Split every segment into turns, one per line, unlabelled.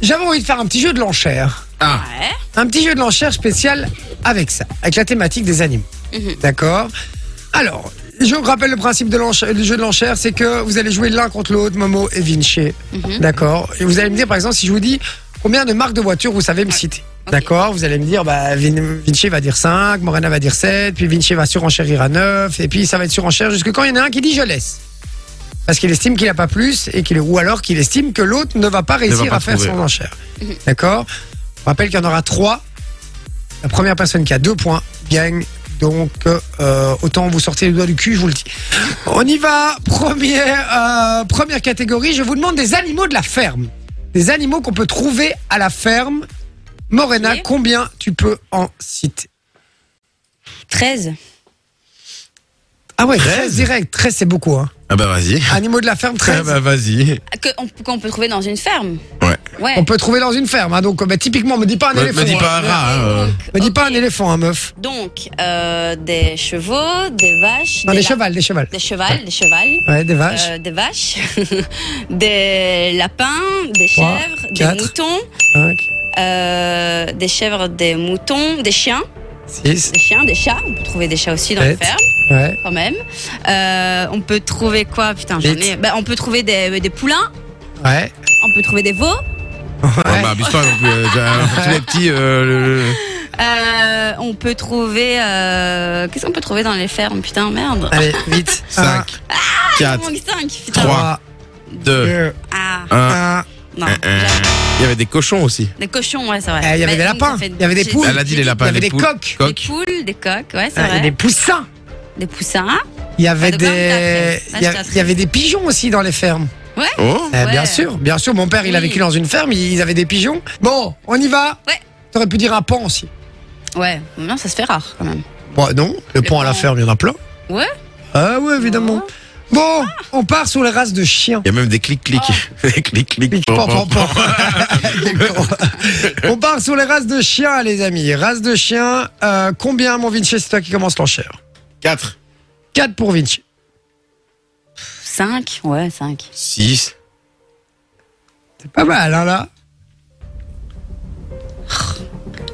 J'avais envie de faire un petit jeu de l'enchère.
Ah,
Ouais.
Un petit jeu de l'enchère spécial avec ça, avec la thématique des animaux.
Mhm.
D'accord Alors, je vous rappelle le principe de l'enchère- du jeu de l'enchère, c'est que vous allez jouer l'un contre l'autre, Momo et Vinci.
Mhm.
D'accord Et vous allez me dire, par exemple, si je vous dis combien de marques de voitures vous savez me citer.
Ok.
D'accord Vous allez me dire, bah, Vin- Vinci va dire 5, Morena va dire 7, puis Vinci va surenchérir à 9, et puis ça va être surenchère jusque quand il y en a un qui dit je laisse. Parce qu'il estime qu'il n'a pas plus, et qu'il, ou alors qu'il estime que l'autre ne va pas réussir
pas
à faire
trouver.
son enchère.
Mhm.
D'accord On rappelle qu'il y en aura 3. La première personne qui a 2 points gagne. Donc, euh, autant vous sortez le doigt du cul, je vous le dis. On y va. Première, euh, première catégorie. Je vous demande des animaux de la ferme. Des animaux qu'on peut trouver à la ferme. Morena,
Ok.
combien tu peux en citer
13.
Ah ouais,
13.
13 direct. 13, c'est beaucoup. Hein.
ah bah vas-y.
Animaux de la ferme, 13.
Ah bah vas-y.
Que- on- Qu'on peut trouver dans une ferme.
Ouais.
Ouais.
On peut trouver dans une ferme. hein. Donc, bah, typiquement, me dis pas un
Me,
éléphant.
me dis pas un rat. hein, euh.
Me dis
Ok.
pas un éléphant, hein, meuf.
Donc, euh, des chevaux, des vaches.
Non, des
la-
chevals, des chevals.
Des chevals, des chevals.
Ouais, des vaches.
euh, des vaches, des lapins, des
Trois,
chèvres,
quatre.
des moutons,
Cinq,
euh, des chèvres, des moutons, des chiens,
six.
des chiens, des chats. On peut trouver des chats aussi dans les
Sept.
fermes.
Ouais.
quand même. Euh, on peut trouver quoi Putain, j'en
Vite.
ai. Bah, on peut trouver des, des poulains,
Ouais.
on peut trouver des veaux,
Ouais, bah abuse pas non plus. euh, t'as- Tous les petits. euh, le- le-
euh, on peut trouver. euh, Qu'est-ce qu'on peut trouver dans les fermes Putain, merde.
Allez, vite.
5,
Il
4,
manque 5, putain.
3, 2,
Ah,
1.
un.
non.
Eh, Il y avait des cochons aussi.
Des cochons, ouais, c'est vrai.
Eh, il y avait
Mais
des
donc,
lapins,
ça fait-
il y avait des
j'ai-
poules.
Elle a dit les lapins.
Il y avait des
poules-
coqs.
Des
coqs.
poules, des coqs, ouais, c'est
Il y
vrai.
avait des poussins.
Des poussins.
Il y avait
Ah, donc là, on est
des,
après. Là,
il y, a-
j'étais après.
il y avait des pigeons aussi dans les fermes.
Oh.
Eh,
Ouais.
Bien sûr, bien sûr. Mon père, il a
Oui.
vécu dans une ferme, ils avaient des pigeons. Bon, on y va.
Ouais.
T'aurais pu dire un pan aussi.
Ouais, non, ça se fait rare quand même.
Bon, non, le pan à la
pan.
ferme, il y en a plein.
Ouais.
Ah ouais, évidemment. Bon, on part sur les races de chiens.
Il y a même des clics-clics. Des clics-clics.
Pan, pan, pan. D'accord. on part sur les races de chiens, les amis. Races de chiens. euh, combien, mon Vinci, c'est toi qui commence l'enchère
4,
4 pour Vinci.
5, ouais, 5.
6,
C'est pas mal, hein, là.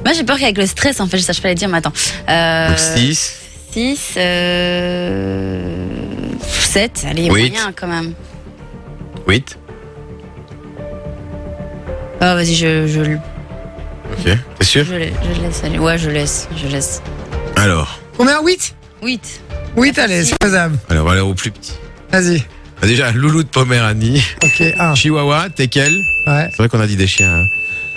Moi, j'ai peur qu'avec le stress, en fait, je sache pas les dire, mais attends. Euh,
donc 6,
6, euh... 7, allez,
Huit.
moyen quand même.
8.
Ah vas-y, je, je, le-
Ok. T'es sûr
je, le- je le laisse aller. Ouais, je laisse, je laisse.
Alors,
Combien 8
8.
8, allez, c'est faisable.
alors on va aller au plus petit.
Vas-y.
Ah, Déjà, Loulou de Poméranie.
Ok, 1.
Chihuahua, Tekel.
Ouais.
C'est vrai qu'on a dit des chiens. hein.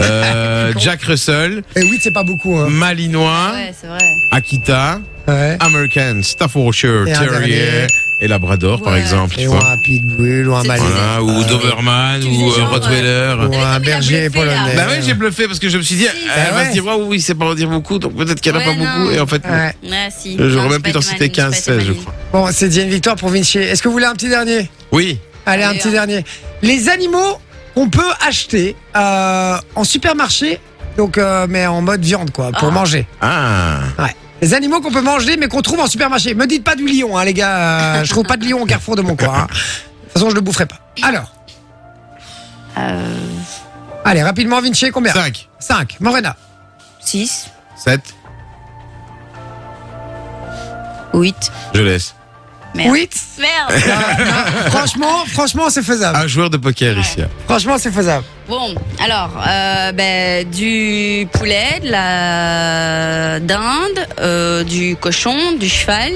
Euh, Jack Russell,
Et 8, c'est pas beaucoup. Hein.
Malinois,
Ouais, c'est vrai.
Akita,
Ouais.
American, Staffordshire,
Et un
Terrier
dernier.
et Labrador, par
Ouais.
exemple.
Et
Tu
ou
vois.
un pitbull, ou un
C'est-
malinois,
Voilà, ou Doberman,
Tu
ou
faisais
euh,
genre,
Rottweiler.
ou un berger
bluffé, là.
polonais.
Bah ouais, j'ai bluffé parce que je me suis dit, ah, elle va
Ah ouais.
se dire, waouh, il sait pas en dire beaucoup, donc peut-être qu'elle en a
Ouais,
pas
non.
beaucoup. Et en fait, non.
Ouais.
Ouais, si.
Euh,
Non,
j'aurais
j'ai
même pu
pas
t'en
été
citer
maligne, j'ai pas
15,
été
16, je
maligne.
crois.
Bon, c'est déjà une victoire pour Vinci. Est-ce que vous voulez un petit dernier
Oui.
Allez, un
Allez, hein.
petit
un.
dernier. Les animaux qu'on peut acheter euh, en supermarché, donc euh, mais en mode viande, quoi, pour
Ah.
manger.
Ah.
Les animaux qu'on peut manger, mais qu'on trouve en supermarché. Me dites pas du lion, hein, les gars. euh, je trouve pas de lion au carrefour de mon coin. hein. De toute façon, je le boufferai pas. Alors,
Euh,
allez, rapidement, Vinci, combien
5,
5. Morena.
6,
7,
8.
je laisse.
Merde.
8.
Merde.
franchement, franchement, c'est faisable.
Un joueur de poker
Ouais.
ici. hein.
Franchement, c'est faisable.
Bon, alors, euh, ben, du poulet, de la dinde, euh, du cochon, du cheval,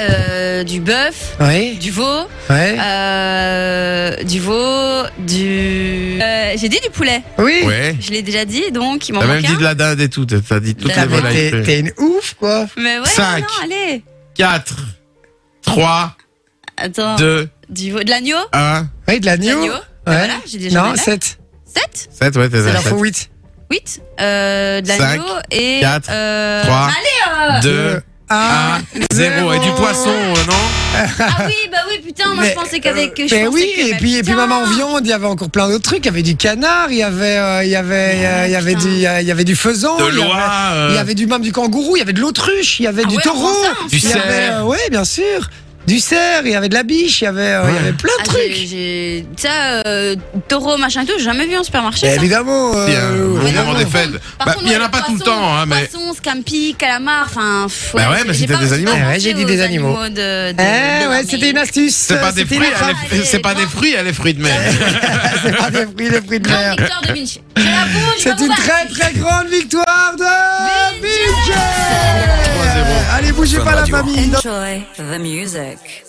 euh, du bœuf,
Oui.
du veau,
Ouais.
Euh, du veau, du. Euh, j'ai dit du poulet.
Oui.
Ouais.
Je l'ai déjà dit, donc il m'en
T'as même
manque
dit de
un.
la dinde et tout. t'as- T'as dit toutes
La
les
T'as-
dinde.
mais T'es
volailles.
t'es une ouf, quoi.
Mais ouais,
Cinq.
non, allez.
4, 3,
Attends.
2,
Du veau, de l'agneau.
1,
Oui, de l'agneau.
L'agneau. Ben
Ouais.
voilà, j'ai déjà
Non, 7.
7,
7, ouais, t'es
C'est
à
l'info
7.
8.
8, euh, de
Cinq,
l'agneau et.
quatre,
euh,
trois,
Allez, euh,
2,
Ah.
1, 0. Et du poisson, euh, non
Ah oui, bah oui, putain, moi
Mais,
je pensais qu'avec.
euh,
je
Mais
pensais
oui,
que-
et
mais
puis, et puis
putain.
même en viande, il y avait encore plein d'autres trucs. Il y avait du canard, il y avait, euh, il y avait,
Ah,
euh, il y avait du, il y a- il y avait du faisan.
De
il y avait-
l'oie,
Il y
euh,
avait du même du kangourou, il y avait de l'autruche, il y avait
Ah
du
ouais,
taureau.
on prend ça, hein.
Du
il y avait,
cerf.
euh, ouais, bien sûr. du cerf, il y avait de la biche, il y avait, euh, il y
Ouais.
avait plein de
Ah,
trucs. Eh,
j'ai- j'ai- Ça, euh, taureau, machin, tout, j'ai jamais vu en supermarché.
Eh,
Et
ça.
évidemment, euh,
Bien, au
évidemment.
moment des
Par
fêtes.
contre-
Bah,
par contre,
il y en a
ouais,
pas tout le
poisson,
temps, hein, mais-
Poisson, scampi, calamar, enfin. pff,
Bah ouais, mais
j'ai
c'était
pas-
des
j'ai
animaux.
pas
Ouais,
pensé
j'ai dit
aux
des animaux.
de- de-
Eh
de-
ouais,
mais-
c'était une astuce.
C'est pas des
C'était
fruits, hein,
une astuce.
elle est- c'est pas des fruits, elle est fruits de mer.
C'est pas des fruits, les fruits de mer.
Grande victoire de Vinci. Je l'avoue, je
C'est
l'avoue
une
pas.
très très grande victoire de
Vinci.
Mickey Allez, bougez
Fun
pas la
Radio.
famille.
Enjoy the music.